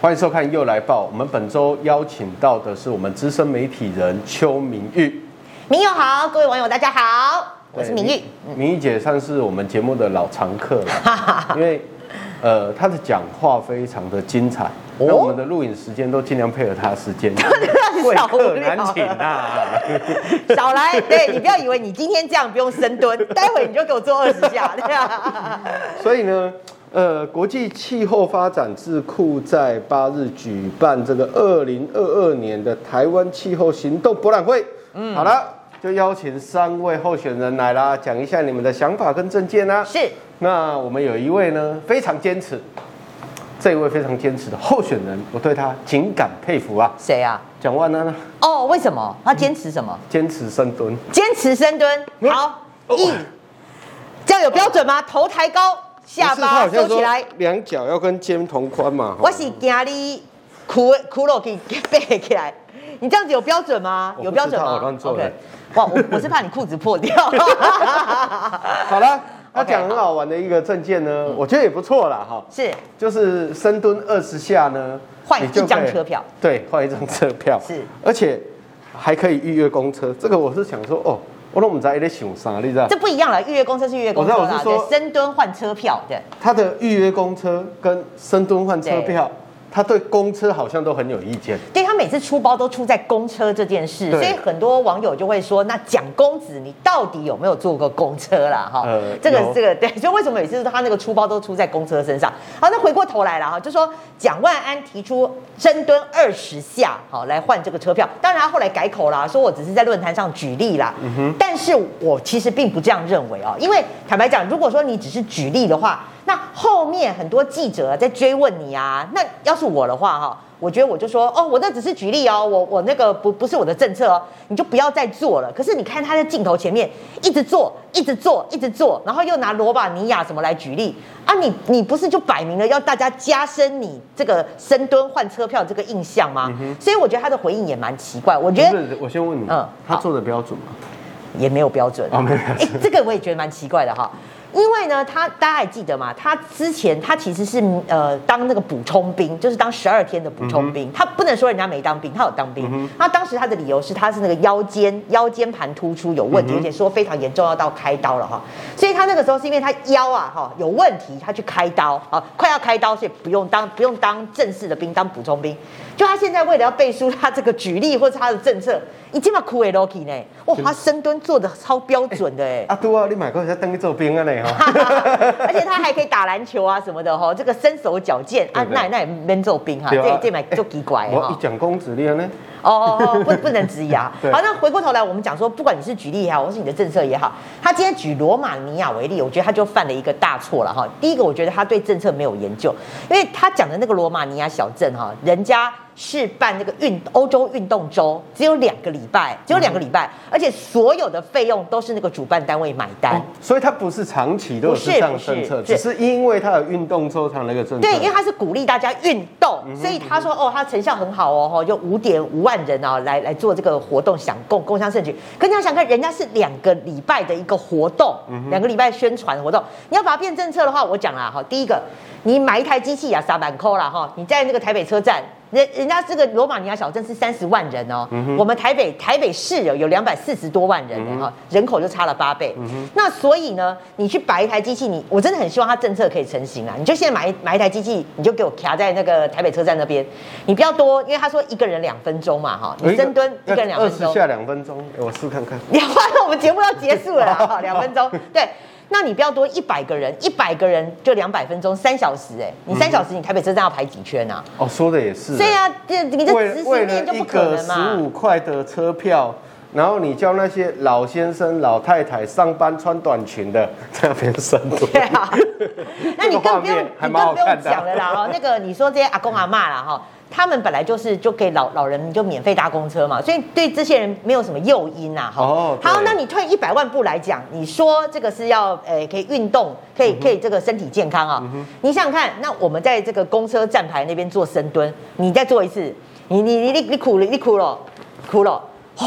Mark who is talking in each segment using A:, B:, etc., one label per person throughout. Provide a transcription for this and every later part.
A: 欢迎收看《又来报》。我们本周邀请到的是我们资深媒体人邱明玉。
B: 明友好，各位网友大家好，我是明玉。
A: 明玉姐算是我们节目的老常客了，因为呃，她的讲话非常的精彩，那我们的录影时间都尽量配合她的时 间，
B: 让哦你少无
A: 客
B: 聊
A: 难请
B: 了，
A: 啊。
B: 少 来。对你不要以为你今天这样不用深蹲，待会你就给我做二十下。对啊
A: 所以呢，呃，国际气候发展智库在八日举办这个二零二二年的台湾气候行动博览会。嗯，好了，就邀请三位候选人来啦，讲一下你们的想法跟政见啦、啊
B: 是
A: 那我们有一位呢，非常坚持，这一位非常坚持的候选人，我对他情感佩服啊。
B: 谁啊？
A: 讲完了呢，
B: 哦，为什么？他坚持什么？
A: 坚持深蹲。
B: 坚持深蹲。好，一，这样有标准吗？头抬高，下
A: 不是他
B: 巴
A: 好像
B: 收
A: 说哦
B: 起来。
A: 两脚要跟肩同宽嘛。吼
B: 我是惊你苦苦肉给背起来。你这样子有标准吗？
A: 我不
B: 有标准
A: 知道
B: 吗？
A: 我乱做的
B: OK 哇，我我是怕你裤子 破掉。
A: 好了，他
B: OK，嗯
A: 讲很好玩的一个证件呢，我觉得也不错啦哈。
B: 是
A: 就是深蹲二十下呢，
B: 换
A: 你就
B: 一张
A: 可以
B: 车票，
A: 对，换一张车票
B: 是
A: 而且还可以预约公车。这个我是想说，哦，我都不知道在想啥，你知道
B: 这？不一样了，预约公车是预约公车
A: 我知道我
B: 啦，
A: 是说
B: 对，深蹲换车票，对，
A: 他的预约公车跟深蹲换车票，他对公车好像都很有意见。
B: 对他每次出包都出在公车这件事，
A: 对
B: 所以很多网友就会说，那蒋公子你到底有没有坐过公车啦？哈、
A: 呃
B: 这个
A: 有
B: 这个对，所以为什么每次他那个出包都出在公车身上？好，那回过头来了哈，就说蒋万安提出深蹲二十下，好来换这个车票，当然他后来改口啦，说我只是在论坛上举例啦，
A: 嗯
B: 但是我其实并不这样认为哦，因为坦白讲，如果说你只是举例的话，那后面很多记者在追问你啊，那要是我的话哈、我觉得我就说哦，我那只是举例哦，我我那个不不是我的政策哦，你就不要再做了。可是你看他在镜头前面一直做，一直做，一直做，然后又拿罗马尼亚什么来举例啊你？你不是就摆明了要大家加深你这个深蹲换车票这个印象吗？所以我觉得他的回应也蛮奇怪，我觉
A: 不
B: 得
A: 是，我先问你，
B: 嗯
A: 他
B: 好
A: 做的标准吗？
B: 也没有标准
A: 哦没有标准
B: 诶这个我也觉得蛮奇怪的哈。因为呢，他大家还记得嘛？他之前他其实是呃当那个补充兵，就是当十二天的补充
A: 嗯
B: 兵。他不能说人家没当兵，他有当兵。那当时他的理由是他是那个腰间腰间盘突出有
A: 嗯
B: 问题，而且说非常严重，要到开刀了哈。所以他那个时候是因为他腰啊哈有问题，他去开刀啊，快要开刀，所以不用当不用当正式的兵，当补充兵。就他现在为了要背书他这个举例或是他的政策，已经把苦给 Loki 呢，哇，他深蹲做的超标准的哎、
A: 啊，对啊，你买过在等你做兵啊嘞哈。
B: 而且他还可以打篮球啊什么的哈，这个身手矫健啊
A: 对，对
B: 那那也没做兵哈，
A: 对啊
B: 这这买就奇怪
A: 我一
B: 哎哈。
A: 讲公子力呢，。
B: 哦哦哦，不不能质疑啊
A: 对
B: 好，那回过头来，我们讲说，不管你是举例也好，或是你的政策也好，他今天举罗马尼亚为例，我觉得他就犯了一个大错了哈。第一个，我觉得他对政策没有研究，因为他讲的那个罗马尼亚小镇哈，人家是办那个运欧洲运动周，只有两个礼拜，只有两个礼拜，而且所有的费用都是那个主办单位买单。
A: 所以他不是长期都有这样的政策，
B: 哎不是
A: 只
B: 不
A: 是
B: 是
A: 因为他有运动之后才有那个政策。嗯
B: 对，因为他是鼓励大家运动，所以他说哦，他成效很好哦，吼有五点五万人啊来来做这个活动，想共共襄盛举。可你要想看，人家是两个礼拜的一个活动，
A: 嗯
B: 两个礼拜宣传活动，你要把它变政策的话，我讲啦哈，第一个，你买一台机器啊，傻板扣啦哈，你在那个台北车站。人人家这个罗马尼亚小镇是三十万人哦，
A: 嗯
B: 我们台北台北市有有两百四十多万人呢哈、人口就差了八倍。
A: 嗯
B: 那所以呢，你去摆一台机器，你我真的很希望它政策可以成型啊！你就现在买一买一台机器，你就给我卡在那个台北车站那边，你不要多，因为他说一个人两分钟嘛哈，你深蹲一个人两
A: 哎二
B: 分
A: 十
B: 钟，
A: 下两分钟，哎我试看看。
B: 你花了我们节目要结束了啊，两分钟，对。那你不要多一百个人，一百个人就两百分钟，三小时哎、你三
A: 嗯
B: 小时你台北车站要排几圈啊？
A: 哦，说的也是。
B: 对啊，这你这
A: 为
B: 执
A: 为
B: 行
A: 了
B: 面就
A: 一
B: 不可
A: 个
B: 能嘛。
A: 十五块的车票，然后你叫那些老先生、老太太上班穿短裙的在那边深 蹲。
B: 对啊，那你更不
A: 这个画
B: 用，
A: 面
B: 你
A: 还
B: 更
A: 蛮好
B: 不用
A: 看的啊
B: 讲了啦哦哈。那个你说这些阿公阿妈啦哈，他们本来就是就给老老人就免费搭公车嘛，所以对这些人没有什么诱因呐、哈。
A: 哦对
B: 好，那你退一百万步来讲，你说这个是要呃可以运动，可
A: 嗯
B: 以可以这个身体健康啊、你想想看，那我们在这个公车站牌那边做深蹲，你再做一次，你你你你你苦了，你苦了，苦了，哦，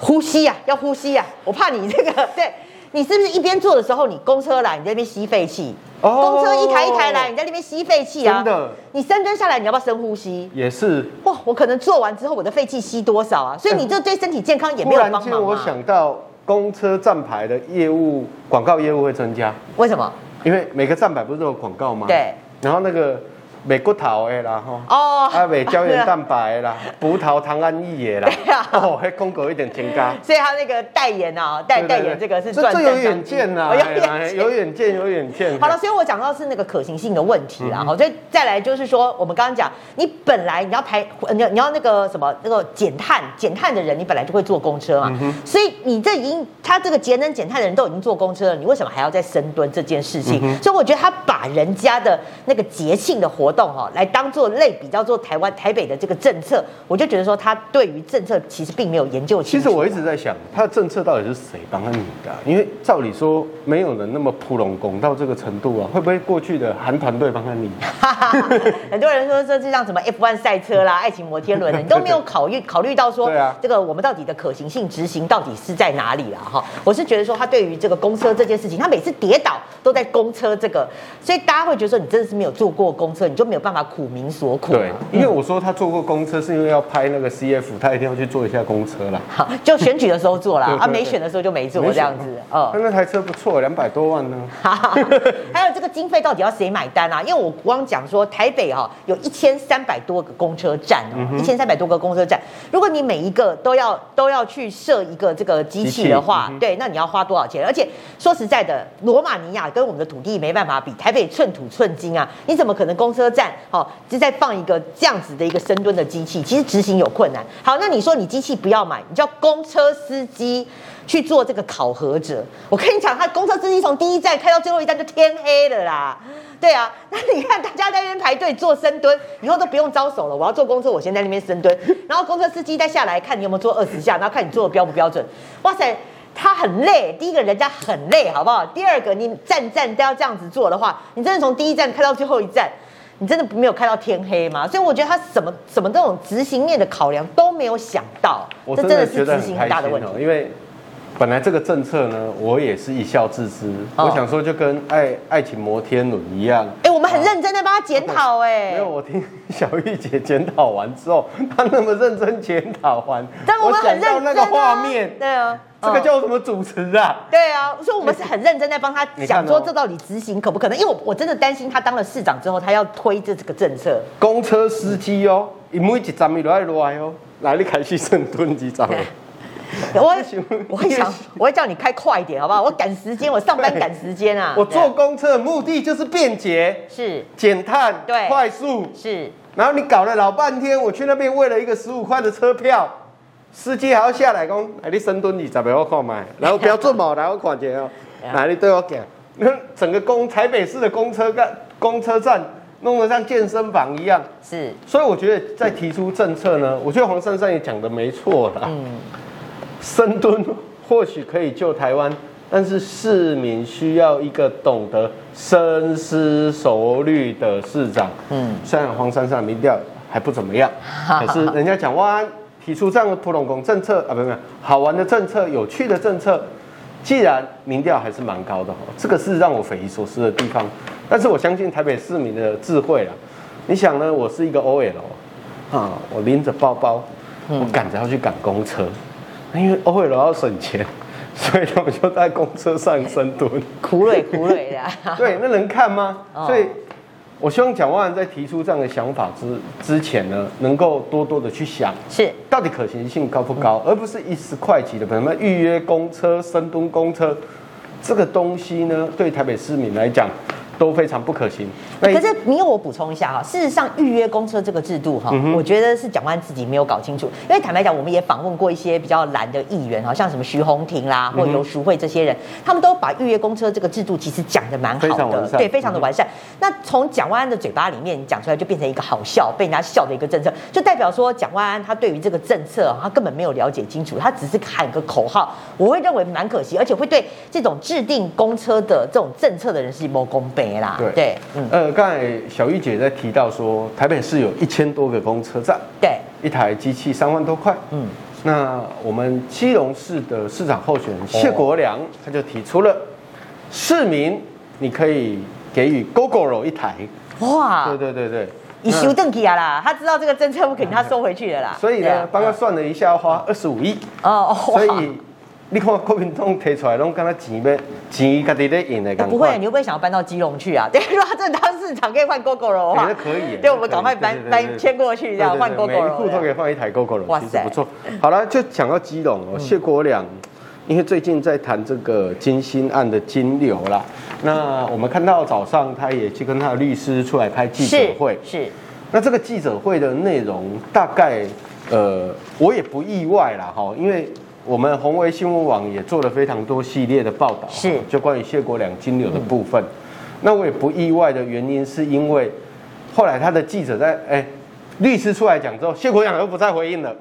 B: 呼吸呀、啊，要呼吸呀、啊，我怕你这个 对。你是不是一边做的时候，你公车来，你在那边吸废气？
A: 哦
B: 公车一台一台来，你在那边吸废气啊？
A: 真的，
B: 你深蹲下来，你要不要深呼吸？
A: 也是。
B: 哇，我可能做完之后我的废气吸多少啊？所以你这对身体健康也没
A: 忽
B: 有
A: 哎然
B: 帮忙、
A: 间，
B: 啊。
A: 我想到公车站牌的业务广告业务会增加，
B: 为什么？
A: 因为每个站牌不是都有广告吗？
B: 对。
A: 然后那个美国桃的啦，吼。
B: 哦，
A: 啊，美胶原蛋白的啦，葡萄糖胺液的啦
B: 对啊，
A: 哦，还广告一点增加。
B: 所以他那个代言啊，代
A: 对对
B: 代
A: 对
B: 言这个是
A: 这
B: 赚
A: 这有
B: 三张
A: 远见呐，
B: 哦
A: 哎呀
B: 有
A: 有
B: 远见。
A: 远见，有远见。
B: 好了，所以我讲到是那个可行性的问题
A: 嗯
B: 啦。好、所以再来就是说，我们刚刚讲，你本来你要排，呃你要你要那个什么那个减碳减碳的人，你本来就会坐公车
A: 嗯
B: 嘛。所以你这已经他这个节能减碳的人都已经坐公车了，你为什么还要再深蹲这件事情？
A: 嗯
B: 所以我觉得他把人家的那个节庆的活动哈、来当做类比较做台湾台北的这个政策，我就觉得说他对于政策其实并没有研究
A: 其
B: 清楚。
A: 实我一直在想，他的政策到底是谁帮他拟的啊、因为照理说，没有人那么扑龙拱到这个程度啊，会不会过去的韩团队帮他拟？啊
B: 很多人说说就像什么 F1 赛车 啦、爱情摩天轮的，你都没有考虑考虑到说，
A: 对啊
B: 这个我们到底的可行性执行到底是在哪里啦？哈，我是觉得说他对于这个公车这件事情，他每次跌倒都在公车这个，所以大家会觉得说你真的是没有坐过公车，你就没有办法苦民所苦、啊。
A: 对，因为我说他坐过公车，是因为要拍那个 CF，他一定要去坐一下公车啦。
B: 好，就选举的时候做啦，
A: 对对
B: 啊，
A: 对
B: 没选的时候就没做
A: 没选
B: 这样子，嗯
A: 他。那台车不错，两百多万呢。
B: 哈哈哈还有这个经费到底要谁买单啊？因为我光讲说台北哈、有一千三百多个公车站哦，一千三百多个公车站，如果你每一个都要都要去设一个这个机器的话，对，那你要花多少钱？而且说实在的，罗马尼亚跟我们的土地没办法比，台北寸土寸金啊，你怎么可能公车站哦，就再放一个这样子的一个深蹲的机器，其实执行有困难。好，那你说你机器不要买，你叫公车司机。去做这个考核者。我跟你讲，他公车司机从第一站开到最后一站就天黑了啦。对啊， 那你看大家在那边排队做深蹲，以后都不用招手了。我要坐公车，我先在那边深蹲，然后公车司机再下来看你有没有做二十下，然后看你做的标不标准。哇塞！他很累，第一个人家很累，好不好？第二个，你站站都要这样子做的话，你真的从第一站开到最后一站，你真的没有开到天黑吗？所以我觉得他什么什么这种执行面的考量都没有想到，
A: 我
B: 这
A: 真
B: 真
A: 的
B: 的
A: 觉
B: 是
A: 得
B: 执
A: 很
B: 行
A: 开
B: 很大的
A: 心
B: 问题
A: 哦，。因为本来这个政策呢，我也是一笑置之。
B: 哦
A: 我想说，就跟爱爱情摩天轮一样。
B: 哎、我们很认真的帮他检讨哎
A: 啊没有，。我听小玉姐检讨完之后，她那么认真检讨完，
B: 但我们很
A: 想
B: 认真、
A: 到
B: 啊、
A: 那个画面，
B: 对啊，
A: 这个
B: 嗯
A: 叫什么主持啊？
B: 对啊，所以我们是很认真在帮他
A: 你看
B: 讲
A: 哦
B: 说这到底执行可不可能，因为我我真的担心他当了市长之后，他要推这这个政策。
A: 公车司机哦，伊每一站咪落来落来哦，来你开始深蹲几站了？
B: 我会
A: 行
B: 我会想，我会叫你开快一点，好不好？我赶时间，我上班赶时间啊。
A: 我
B: 对啊
A: 坐公车的目的就是便捷、
B: 是
A: 减碳、
B: 对
A: 快速。
B: 是
A: 然后你搞了老半天，我去那边为了一个十五块的车票，司机还要下来讲，哎，你深蹲你怎么我看买？然后不要做毛，然后看见哦，哪里对我讲？那 整个公台北市的公车站，公车站弄得像健身房一样。
B: 是，
A: 所以我觉得在提出政策呢，我觉得黄珊珊也讲的没错啦。
B: 嗯，
A: 深蹲或许可以救台湾，但是市民需要一个懂得深思熟虑的市长。
B: 嗯
A: 嗯，虽然黄珊珊民调还不怎么样，可是人家讲哇，提出这样的普龙公政策啊，不是不是好玩的政策、有趣的政策。既然民调还是蛮高的哦，这个是让我匪夷所思的地方。但是我相信台北市民的智慧啦。你想呢？我是一个 OL 啊，我拎着包包，
B: 嗯
A: 我赶着要去赶公车。因为欧会楼要省钱，所以他们就在公车上深蹲。
B: 苦累苦累的啊。
A: 对，那能看吗？
B: 哦
A: 所以，我希望蒋万安在提出这样的想法之之前呢，能够多多的去想，
B: 是
A: 到底可行性高不高，而不是一时快急的，什么预约公车、深蹲公车，这个东西呢，对台北市民来讲都非常不可行。
B: 可是，你有我补充一下哈，事实上预约公车这个制度哈，
A: 嗯
B: 我觉得是蒋万安自己没有搞清楚。因为坦白讲，我们也访问过一些比较懒的议员，好像什么徐宏庭啦，
A: 嗯
B: 或游淑慧这些人，他们都把预约公车这个制度其实讲的蛮
A: 非
B: 好
A: 常
B: 的
A: 完，善嗯
B: 对，非常的完善。那从蒋万安的嘴巴里面讲出来，就变成一个好笑、被人家笑的一个政策，就代表说蒋万安他对于这个政策啊他根本没有了解清楚，他只是喊个口号，我会认为蛮可惜，而且会对这种制定公车的这种政策的人是谋公杯啦，
A: 对
B: 对，嗯，
A: 呃，刚才小玉姐在提到说，台北市有一千多个公车站，
B: 对。
A: 一台机器三万多块，
B: 嗯
A: 嗯，那我们基隆市的市长候选人谢国良，
B: 哦
A: 他就提出了，市民你可以给予 GoGoRo 一台，
B: 哇，
A: 对对对对，
B: 你修正起来啦，他知道这个政策不肯定，他收回去了啦。
A: 所以
B: 对啊
A: 呢，帮他算了一下，要花二十五亿，
B: 哦，哇
A: 所以你看国民党提出来，拢敢若钱要钱家己在赢的
B: 哎
A: 感
B: 不会，你会不会想要搬到基隆去啊？ 对，如果他真的当市场可以换 GoGo 了的
A: 我觉
B: 话
A: 得，哎可以耶，
B: 对我们赶快搬
A: 对对对
B: 搬迁过去，这样
A: 对对对
B: 换 GoGo
A: 每一户都可以
B: 了。
A: 换一台 GoGo
B: 哇
A: 了，其实
B: 塞嗯
A: 不错。好了，就讲到基隆哦，谢国良，因为最近在谈这个金星案的金流啦，那我们看到早上他也去跟他的律师出来开记者会，
B: 是是
A: 那这个记者会的内容大概，呃，我也不意外啦，哈，因为我们宏威新闻网也做了非常多系列的报道，
B: 是
A: 就关于谢国良金流的部分。那我也不意外的原因是因为后来他的记者在哎、律师出来讲之后，谢国良又不再回应了，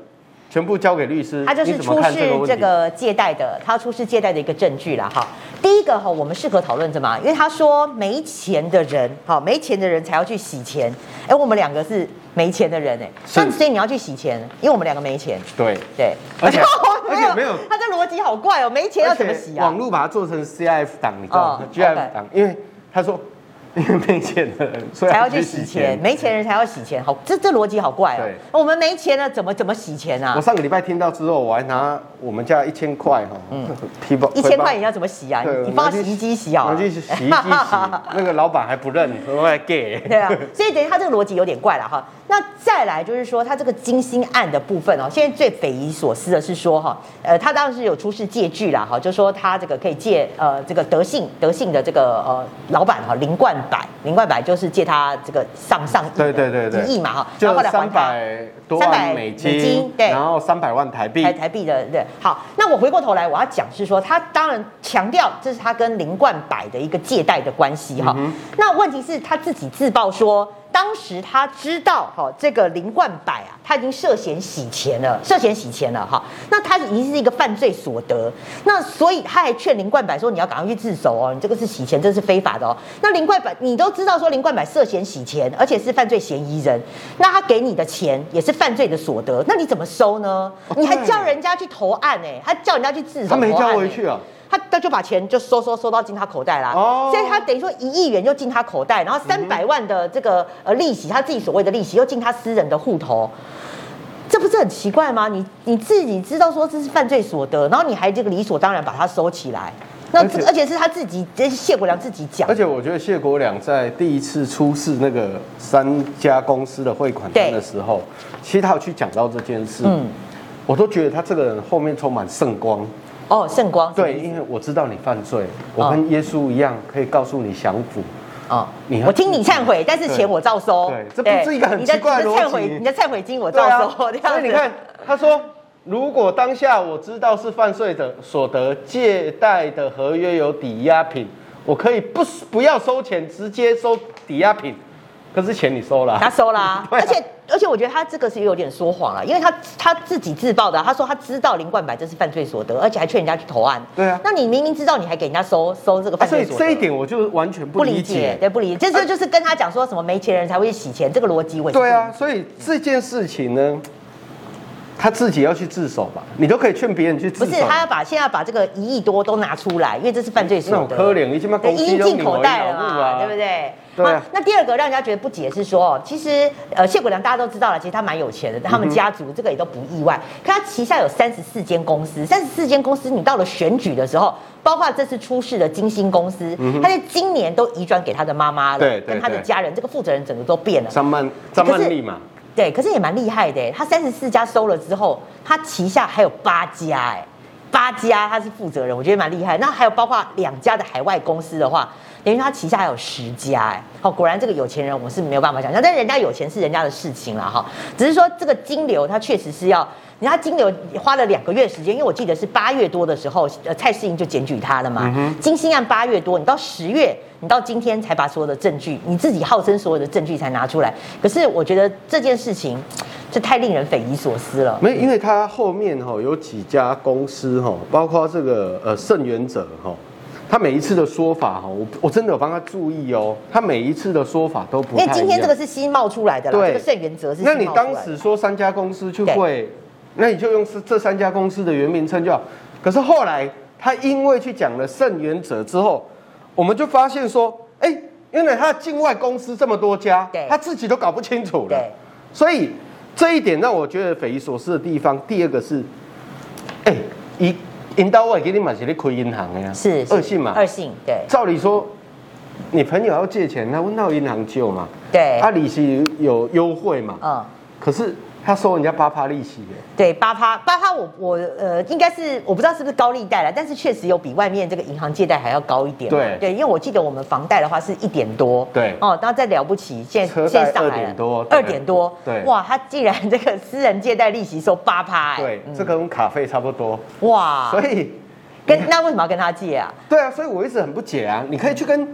A: 全部交给律师。
B: 他就是
A: 你怎么
B: 出
A: 看
B: 示
A: 个问
B: 这
A: 题？
B: 个借贷的，他出示借贷的一个证据了哈。第一个哈，我们适合讨论什么？啊因为他说没钱的人，好没钱的人才要去洗钱。哎，我们两个是没钱的人哎，
A: 是
B: 那所以你要去洗钱，因为我们两个没钱。
A: 对，
B: 对，
A: 而且
B: 我
A: 而且没有
B: 他这逻辑好怪哦，没钱要
A: 而
B: 怎么
A: 且
B: 洗啊
A: 网？络把它做成 CIF 档，你知道吗
B: 哦
A: ？GIF
B: OK
A: 档，因为他说因为没钱的人所以
B: 才要
A: 还
B: 去洗钱，没钱人才要洗钱，好，这这逻辑好怪哦
A: 对。
B: 我们没钱了，怎么怎么洗钱
A: 我
B: 啊？
A: 上个礼拜听到之后，我还拿我们家一千块哈，皮包
B: 嗯一千块你要怎么洗啊？
A: 对
B: 你放到洗衣机洗
A: 拿
B: 好了。
A: 去洗衣机 洗，那个老板还不认，我还给。
B: 对啊，所以等于他这个逻辑有点怪了哈。那再来就是说，他这个金星案的部分哦，现在最匪夷所思的是说哈，呃，他当时有出示借据啦哈，就说他这个可以借呃这个德信德信的这个呃老板哈林冠百林冠百就是借他这个上上亿的
A: 对对对对，
B: 一亿嘛哈，然
A: 就
B: 后后来还
A: 三
B: 他。
A: 百多万美
B: 300美
A: 金
B: 金，对
A: 然后三百万台币
B: 台，台币的对，好，那我回过头来，我要讲是说，他当然强调这是他跟林冠百的一个借贷的关系哈、那问题是他自己自曝说，当时他知道哈、这个林冠百啊，他已经涉嫌洗钱了，涉嫌洗钱了哈、那他已经是一个犯罪所得，那所以他还劝林冠百说，你要赶快去自首哦，你这个是洗钱，这是非法的哦。那林冠百你都知道说林冠百涉嫌洗钱，而且是犯罪嫌疑人，那他给你的钱也是犯罪的所得，那你怎么收呢？你还叫人家去投案哎、欸，他叫人家去自首、
A: 他没交回
B: 投案欸
A: 去啊。
B: 他他就把钱就收收收到进他口袋啦，
A: 哦嗯
B: 所以他等于说一亿元就进他口袋，然后三百万的这个呃利息，他自己所谓的利息又进他私人的户头，这不是很奇怪吗？你你自己知道说这是犯罪所得，然后你还这个理所当然把它收起来，那这
A: 而且
B: 而且是他自己，这是谢国良自己讲
A: 而，且我觉得谢国良在第一次出示那个三家公司的汇款单的时候，其实他有去讲到这件事，
B: 嗯
A: 我都觉得他这个人后面充满圣光。
B: 哦，圣光
A: 对，因为我知道你犯罪，我
B: 哦
A: 跟耶稣一样，可以告诉你降服。
B: 哦
A: 你要，
B: 我听你忏悔，但是
A: 对
B: 钱我照收，
A: 对这不是一个很
B: 你的
A: 奇怪的
B: 你
A: 逻辑
B: 忏悔，你的忏悔金我
A: 对
B: 照
A: 啊，
B: 收，这样
A: 所以
B: 子
A: 你看，他说，如果当下我知道是犯罪的所得借贷的合约有抵押品，我可以不不要收钱，直接收抵押品。可是钱你收了啊、、
B: 他收啦
A: 对啊
B: 而且而且我觉得他这个是有点说谎啊了，因为他他自己自曝的啊，他说他知道林冠百这是犯罪所得，而且还劝人家去投案。
A: 对啊
B: 那你明明知道，你还给人家收收这个
A: 啊
B: 犯
A: 所
B: 罪
A: 以
B: 所得，
A: 这一点我就完全不
B: 不
A: 理
B: 理
A: 解
B: 解，。对不理解，这这就是跟他讲说什么没钱人才会洗钱，这个逻辑我也是
A: 对啊，所以这件事情呢，他自己要去自首吧，你都可以劝别人去
B: 不
A: 自
B: 理
A: 首。
B: 解。不是，他要把现在把这个一亿多都拿出来，因为这是犯罪所
A: 那种
B: 得。
A: 可怜，你起码
B: 对，
A: 公
B: 已
A: 司
B: 经
A: 都
B: 进口袋了
A: 领回老母
B: 嘛，对不？对？
A: 对啊
B: 好那第二个让人家觉得不解是说，其实呃谢国良大家都知道了，其实他蛮有钱的，
A: 嗯
B: 他们家族这个也都不意外。可他旗下有三十四间公司，三十四间公司你到了选举的时候，包括这次出事的金星公司，他在今年都移转给他的妈妈了，
A: 嗯对对
B: 跟他的
A: 对
B: 家人，这个负责人整个都变了。
A: 张曼张
B: 可是
A: 曼丽嘛，
B: 对，可是也蛮厉害的欸耶。他三十四家收了之后，他旗下还有八家，哎，八家他是负责人，我觉得蛮厉害。那还有包括两家的海外公司的话，等于他旗下还有十家，哎，好，果然这个有钱人我是没有办法想象，但人家有钱是人家的事情啦，哈。只是说这个金流，他确实是要，你看他金流花了两个月时间，因为我记得是八月多的时候，呃，蔡世英就检举他了
A: 嗯
B: 嘛。金星案八月多，你到十月。你到今天才把所有的证据，你自己号称所有的证据才拿出来。可是我觉得这件事情，这太令人匪夷所思了。
A: 没，因为他后面哈、有几家公司哈、包括这个呃盛源者哈、他每一次的说法哈、我我真的有帮他注意哦，他每一次的说法都不
B: 因
A: 太一
B: 为
A: 样。
B: 今天这个是新冒出来的啦，
A: 对
B: 这个圣原则是新
A: 那你
B: 冒出来
A: 当
B: 的
A: 时说三家公司去会，那你就用是这三家公司的原名称就好。可是后来他因为去讲了圣元者之后，我们就发现说，哎，原来他的境外公司这么多家
B: 对，
A: 他自己都搞不清楚了
B: 对。
A: 所以这一点让我觉得匪夷所思的地方。第二个是，哎，引引导我给你买是咧亏银行的呀，
B: 是是
A: 恶性嘛。
B: 恶性，对
A: 照理说，你朋友要借钱，他问到银行借嘛，
B: 对，
A: 他利息有优惠嘛，
B: 嗯。
A: 可是他收人家八趴利息耶。
B: 对八趴八趴，我我呃，应该是我不知道是不是高利贷了，但是确实有比外面这个银行借贷还要高一点嘛。
A: 对
B: 对，因为我记得我们房贷的话是一点多。
A: 对
B: 哦，然后再了不起，现在
A: 车贷
B: 现在上来了
A: 2.多
B: 二
A: 对
B: 点多。
A: 对
B: 哇，他既然这个私人借贷利息收八趴，哎
A: 对，
B: 嗯啊
A: 这跟卡费差不多，
B: 哇，
A: 所以
B: 跟那为什么要跟他借啊？
A: 对啊，所以我一直很不解啊，你可以去跟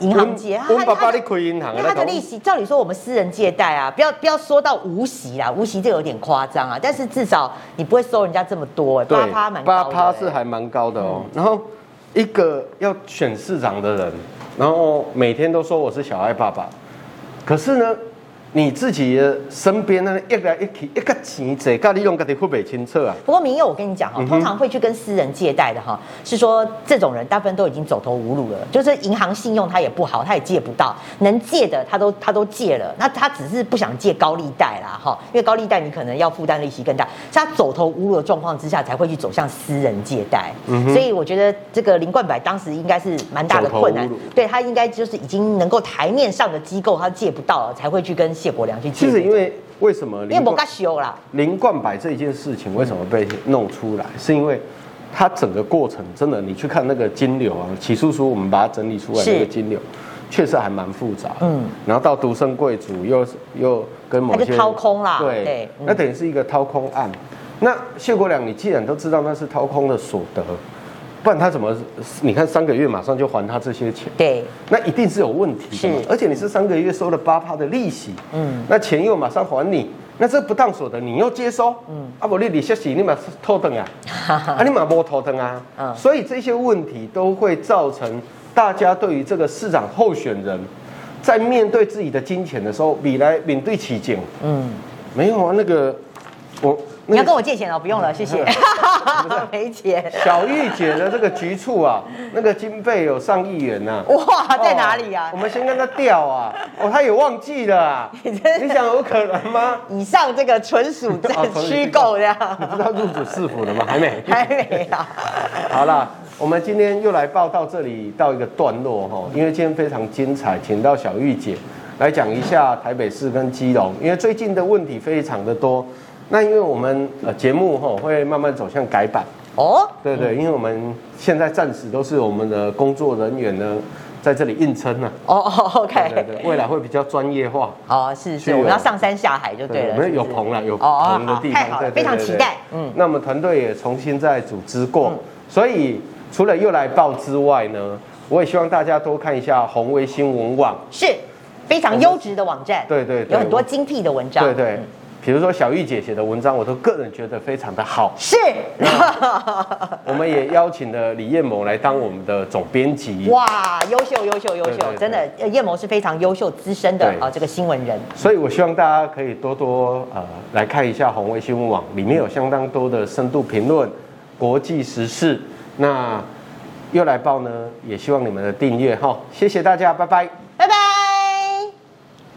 B: 银行借啊
A: 我们
B: 他
A: 爸爸
B: 他
A: 在开银行啊
B: 因为它的利息，照理说我们私人借贷啊，不要不要说到无息啦，无息这有点夸张啊，但是至少你不会收人家这么多、哎八趴蛮
A: 八
B: 高的、嗯
A: 趴
B: 哎
A: 是还蛮高的哦。然后一个要选市长的人，然后每天都说我是小爱爸爸，可是呢，你自己的身边呢一来一去一个钱侪，噶你用家己分袂清楚啊。
B: 不过明佑，我跟你讲
A: 嗯
B: 哈，通常会去跟私人借贷的哈，是说这种人大部分都已经走投无路了，就是银行信用他也不好，他也借不到，能借的他都他都借了，那他只是不想借高利贷啦哈，因为高利贷你可能要负担利息更大，所以他走投无路的状况之下才会去走向私人借贷，
A: 嗯
B: 所以我觉得这个林冠柏当时应该是蛮大的困难
A: 走投无路，
B: 对他应该就是已经能够台面上的机构他借不到了，才会去跟谢国良去
A: 其
B: 借这
A: 实
B: 种，
A: 因为为什么林
B: 因为
A: 冠
B: 我刚修啦，
A: 林冠柏这一件事情为什么被弄出来，是因为他整个过程真的，你去看那个金流啊，起诉书我们把它整理出来
B: 是
A: 那个金流，确实还蛮复杂。
B: 嗯
A: 嗯，然后到独身贵族又又跟某
B: 他就
A: 些
B: 掏空啦
A: 对，
B: 对嗯
A: 那等于是一个掏空案。那谢国良，你既然都知道那是掏空的所得，不然他怎么？你看三个月马上就还他这些钱。
B: 对。
A: 那一定是有问题的嘛
B: 是，
A: 而且你是三个月收了八趴的利息，嗯，那钱又马上还你，那这不当所得你又接收，嗯，啊不然你利息洗你嘛偷灯 啊，啊你嘛摸头灯啊，
B: 嗯
A: 所以这些问题都会造成大家对于这个市长候选人，在面对自己的金钱的时候，比来面对起劲，
B: 嗯
A: 嗯，没有啊，那个我
B: 你
A: 那
B: 要跟
A: 个
B: 我 借钱了，哦不用了，谢谢。 没钱，
A: 小玉姐的这个局处啊，那个经费有上亿元啊呐、
B: 哇，在哪里呀、
A: 哦我们先跟他调 啊，哦，他也忘记了啊。
B: 你真的
A: 你想有可能吗？
B: 以上这个纯属在
A: 哦纯属
B: 虚
A: 虚
B: 构
A: 构
B: 这
A: 你
B: 样，
A: 知道入主市府了吗？还没。
B: 还没啊。
A: 好啦，我们今天又来报到这里到一个段落哈，因为今天非常精彩，请到小玉姐来讲一下台北市跟基隆，因为最近的问题非常的多。那因为我们呃节目哈会慢慢走向改版，
B: 哦，
A: 对对，因为我们现在暂时都是我们的工作人员呢在这里硬撑呢、
B: 哦哦
A: 啊，对
B: ，OK，
A: 对，未来会比较专业化。
B: 好，是
A: 是
B: 是，
A: 有
B: 我们要上山下海就对了。
A: 没有有
B: 是不是
A: 棚了，有
B: 哦哦
A: 棚的地
B: 好太
A: 方，
B: 好
A: 对
B: 了，
A: 对
B: 非常
A: 对
B: 期
A: 对
B: 待。嗯，
A: 那我们团队也重新再组织过
B: 嗯，
A: 所以除了又来报之外呢，我也希望大家多看一下红威新闻网，
B: 是非常优质的网站，
A: 对对对
B: 有很多精辟的文章，
A: 对对
B: 嗯，
A: 比如说小玉姐写的文章，我都个人觉得非常的 好。
B: 是，
A: 我们也邀请了李彦谋来当我们的总编辑，
B: 哇，优秀优秀优
A: 对对
B: 秀，
A: 对
B: 真的，呃叶萌是非常优秀资深的
A: 对
B: 啊，这个新闻人，
A: 所以我希望大家可以多多呃来看一下红威新闻网，里面有相当多的深度评论、国际时事。那又来报呢，也希望你们的订阅哈，谢谢大家，拜拜。
B: 拜拜。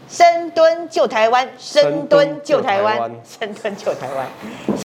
B: 深蹲救台湾，深蹲救台湾，深蹲救台湾。